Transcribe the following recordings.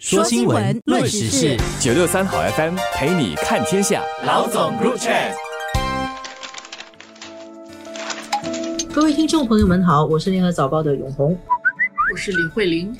说新闻，论时事，九六三好 FM 陪你看天下。老总入场。各位听众朋友们好，我是联合早报的永红。我是李慧玲。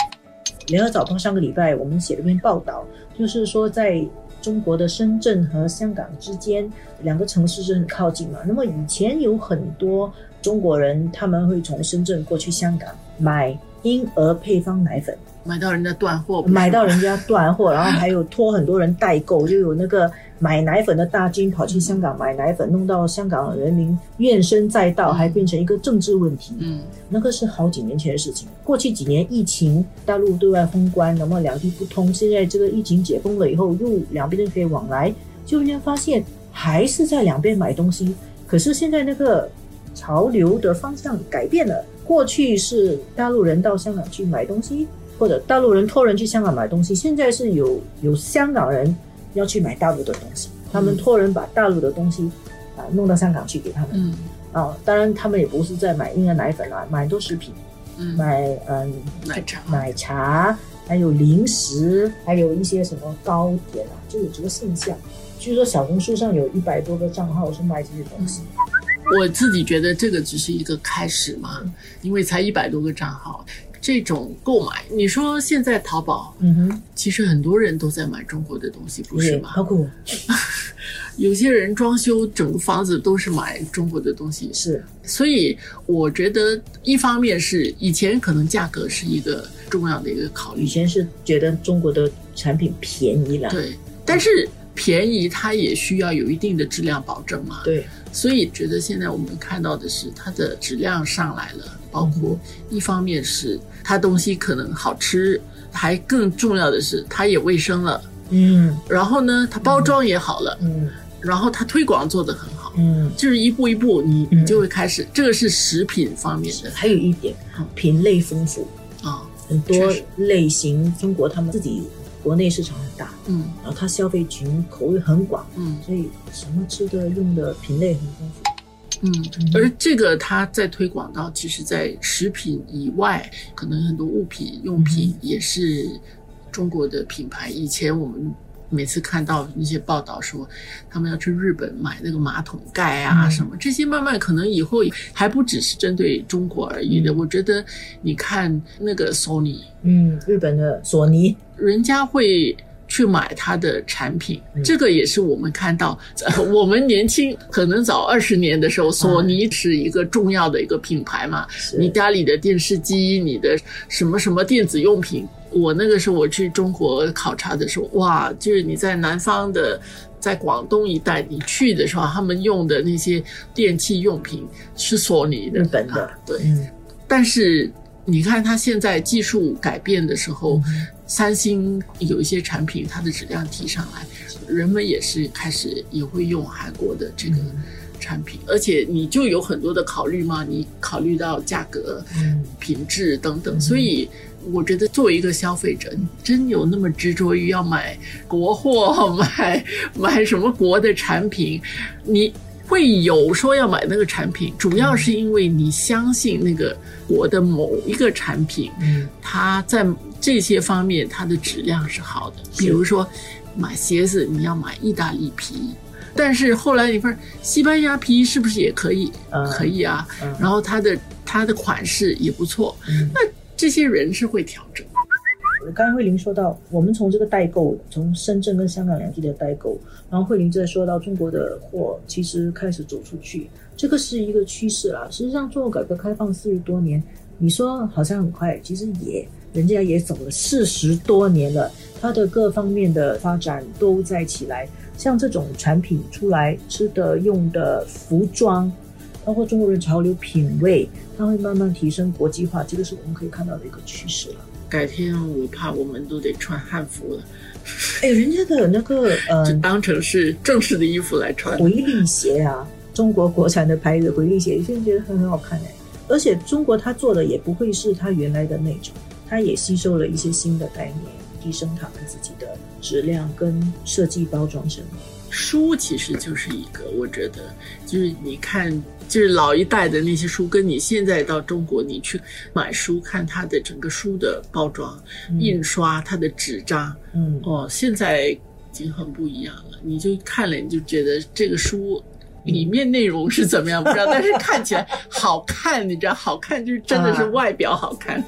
联合早报上个礼拜我们写了一篇报道，就是说在中国的深圳和香港之间两个城市是很靠近嘛。那么以前有很多中国人他们会从深圳过去香港买婴儿配方奶 粉，买到人家断货，不是吗买到人家断货，然后还有托很多人代购，就有那个买奶粉的大军跑去香港买奶粉，弄到香港人民怨声载道，还变成一个政治问题。嗯，那个是好几年前的事情。过去几年疫情，大陆对外封关，那么两地不通。现在这个疫情解封了以后，又两边都可以往来，就人家发现还是在两边买东西。可是现在那个潮流的方向改变了，过去是大陆人到香港去买东西，或者大陆人托人去香港买东西，现在是有有香港人要去买大陆的东西，他们托人把大陆的东西啊弄到香港去给他们。嗯啊，当然他们也不是在买婴儿奶粉啦，买很多食品，嗯，买嗯奶茶，奶茶，还有零食，还有一些什么糕点啊，就有这个现象。据说小红书上有一百多个账号是卖这些东西。我自己觉得这个只是一个开始嘛，因为才一百多个账号，这种购买，你说现在淘宝，嗯哼，其实很多人都在买中国的东西，不是也吗？包括我有些人装修整个房子都是买中国的东西，是，所以我觉得一方面是以前可能价格是一个重要的一个考虑以，前是觉得中国的产品便宜啦，对，但是便宜它也需要有一定的质量保证嘛，对，所以觉得现在我们看到的是它的质量上来了，包括一方面是它东西可能好吃，还更重要的是它也卫生了，嗯然后呢，它包装也好了，嗯然后它推广做得很好，嗯。就是一步一步你嗯你就会开始，这个是食品方面的还有一点嗯，品类丰富，啊，很多确实类型，中国他们自己国内市场很大，嗯然后它消费群口味很广，嗯所以什么吃的用的品类很丰富。嗯嗯，而这个它在推广到，其实，在食品以外，可能很多物品、用品嗯也是中国的品牌。以前我们每次看到那些报道说，他们要去日本买那个马桶盖啊嗯什么，这些慢慢可能以后还不只是针对中国而已的。嗯我觉得，你看那个 Sony，嗯，日本的索尼，人家会去买它的产品，嗯这个也是我们看到，呃 我们年轻可能早二十年的时候，索嗯尼是一个重要的一个品牌嘛，是你家里的电视机、你的什么什么电子用品，我那个时候我去中国考察的时候，哇，就是你在南方的。在广东一带，你去的时候，他们用的那些电器用品是索尼的，日本的啊对，嗯但是你看它现在技术改变的时候嗯哼，三星有一些产品它的质量提上来，人们也是开始也会用韩国的这个嗯产品，而且你就有很多的考虑嘛，你考虑到价格、嗯品质等等，嗯所以。我觉得作为一个消费者，你真有那么执着于要买国货、买买什么国的产品，你会有说要买那个产品，主要是因为你相信那个国的某一个产品，嗯它在这些方面它的质量是好的。比如说买鞋子，你要买意大利皮，但是后来你发现西班牙皮是不是也可以？嗯可以啊，嗯然后它的它的款式也不错，嗯。这些人是会调整。我刚才慧玲说到，我们从这个代购，从深圳跟香港两地的代购，然后慧玲在说到中国的货其实开始走出去，这个是一个趋势啦。实际上，中国改革开放四十多年，你说好像很快，其实也人家也走了四十多年了，它的各方面的发展都在起来。像这种产品出来，吃的、用的、服装，包括中国人潮流品味，它会慢慢提升国际化，这个是我们可以看到的一个趋势了。改天我怕我们都得穿汉服了，哎，人家的那个呃就当成是正式的衣服来穿。回力鞋啊，中国国产的牌子回力鞋，有些人觉得很好看哎、而且中国它做的也不会是它原来的那种，它也吸收了一些新的概念。提升他们自己的质量跟设计包装上面。书其实就是一个，我觉得就是你看，就是老一代的那些书，跟你现在到中国你去买书，看它的整个书的包装、嗯印刷、它的纸张，嗯，哦，现在已经很不一样了。你就看了，你就觉得这个书嗯里面内容是怎么样不知道，但是看起来好看，你知道，好看就是真的是啊外表好看。